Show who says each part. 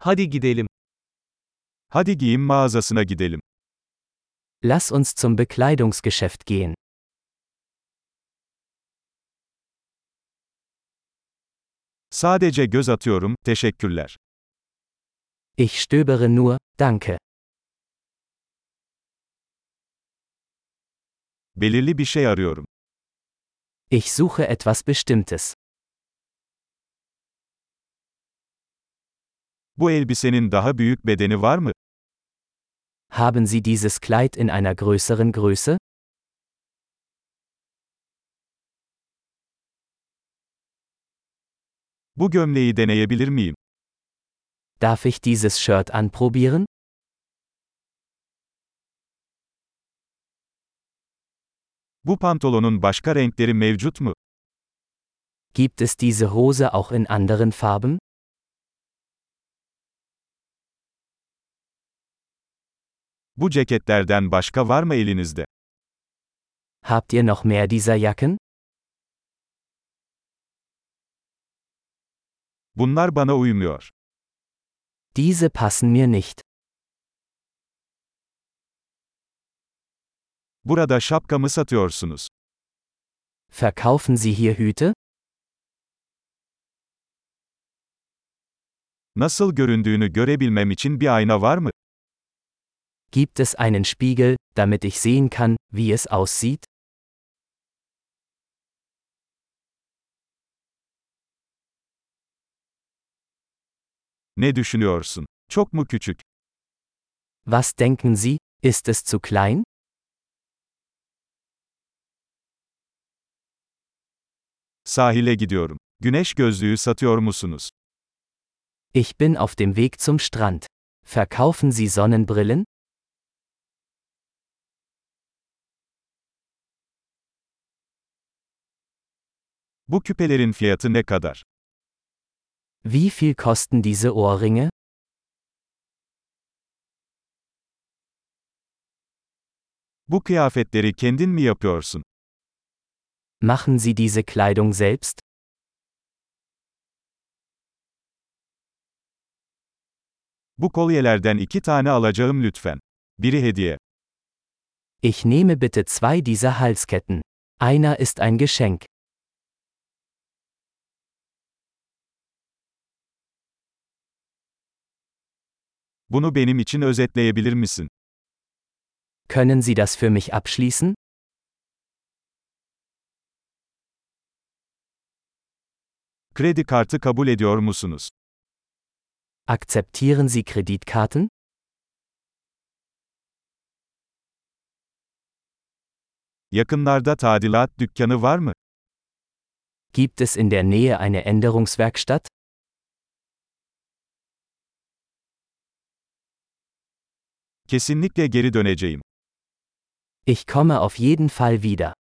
Speaker 1: Hadi gidelim.
Speaker 2: Hadi giyim mağazasına gidelim.
Speaker 3: Lass uns zum Bekleidungsgeschäft gehen.
Speaker 2: Sadece göz atıyorum, teşekkürler.
Speaker 3: Ich stöbere nur, danke.
Speaker 2: Belirli bir şey arıyorum.
Speaker 3: Ich suche etwas Bestimmtes.
Speaker 2: Bu elbisenin daha büyük bedeni var mı?
Speaker 3: Haben Sie dieses Kleid in einer größeren Größe?
Speaker 2: Bu gömleği deneyebilir miyim?
Speaker 3: Darf ich dieses Shirt anprobieren?
Speaker 2: Bu pantolonun başka renkleri mevcut mu?
Speaker 3: Gibt es diese Hose auch in anderen Farben?
Speaker 2: Bu ceketlerden başka var mı elinizde?
Speaker 3: Habt ihr noch mehr dieser Jacken?
Speaker 2: Bunlar bana uymuyor.
Speaker 3: Diese passen mir nicht.
Speaker 2: Burada şapkamı satıyorsunuz.
Speaker 3: Verkaufen Sie hier Hüte?
Speaker 2: Nasıl göründüğünü görebilmem için bir ayna var mı?
Speaker 3: Gibt es einen Spiegel, damit ich sehen kann, wie es aussieht?
Speaker 2: Ne düşünüyorsun? Çok mu küçük?
Speaker 3: Was denken Sie, ist es zu klein?
Speaker 2: Sahile gidiyorum. Güneş gözlüğü satıyor musunuz?
Speaker 3: Ich bin auf dem Weg zum Strand. Verkaufen Sie Sonnenbrillen?
Speaker 2: Bu küpelerin fiyatı ne kadar?
Speaker 3: Wie viel kosten diese Ohrringe?
Speaker 2: Bu kıyafetleri kendin mi yapıyorsun?
Speaker 3: Machen Sie diese Kleidung selbst?
Speaker 2: Bu kolyelerden iki tane alacağım lütfen. Biri hediye.
Speaker 3: Ich nehme bitte zwei dieser Halsketten. Einer ist ein Geschenk.
Speaker 2: Bunu benim için özetleyebilir misin?
Speaker 3: Können Sie das für mich abschließen?
Speaker 2: Kredi kartı kabul ediyor musunuz?
Speaker 3: Akzeptieren Sie Kreditkarten?
Speaker 2: Yakınlarda tadilat dükkanı var mı?
Speaker 3: Gibt es in der Nähe eine Änderungswerkstatt?
Speaker 2: Kesinlikle geri döneceğim.
Speaker 3: Ich komme auf jeden Fall wieder.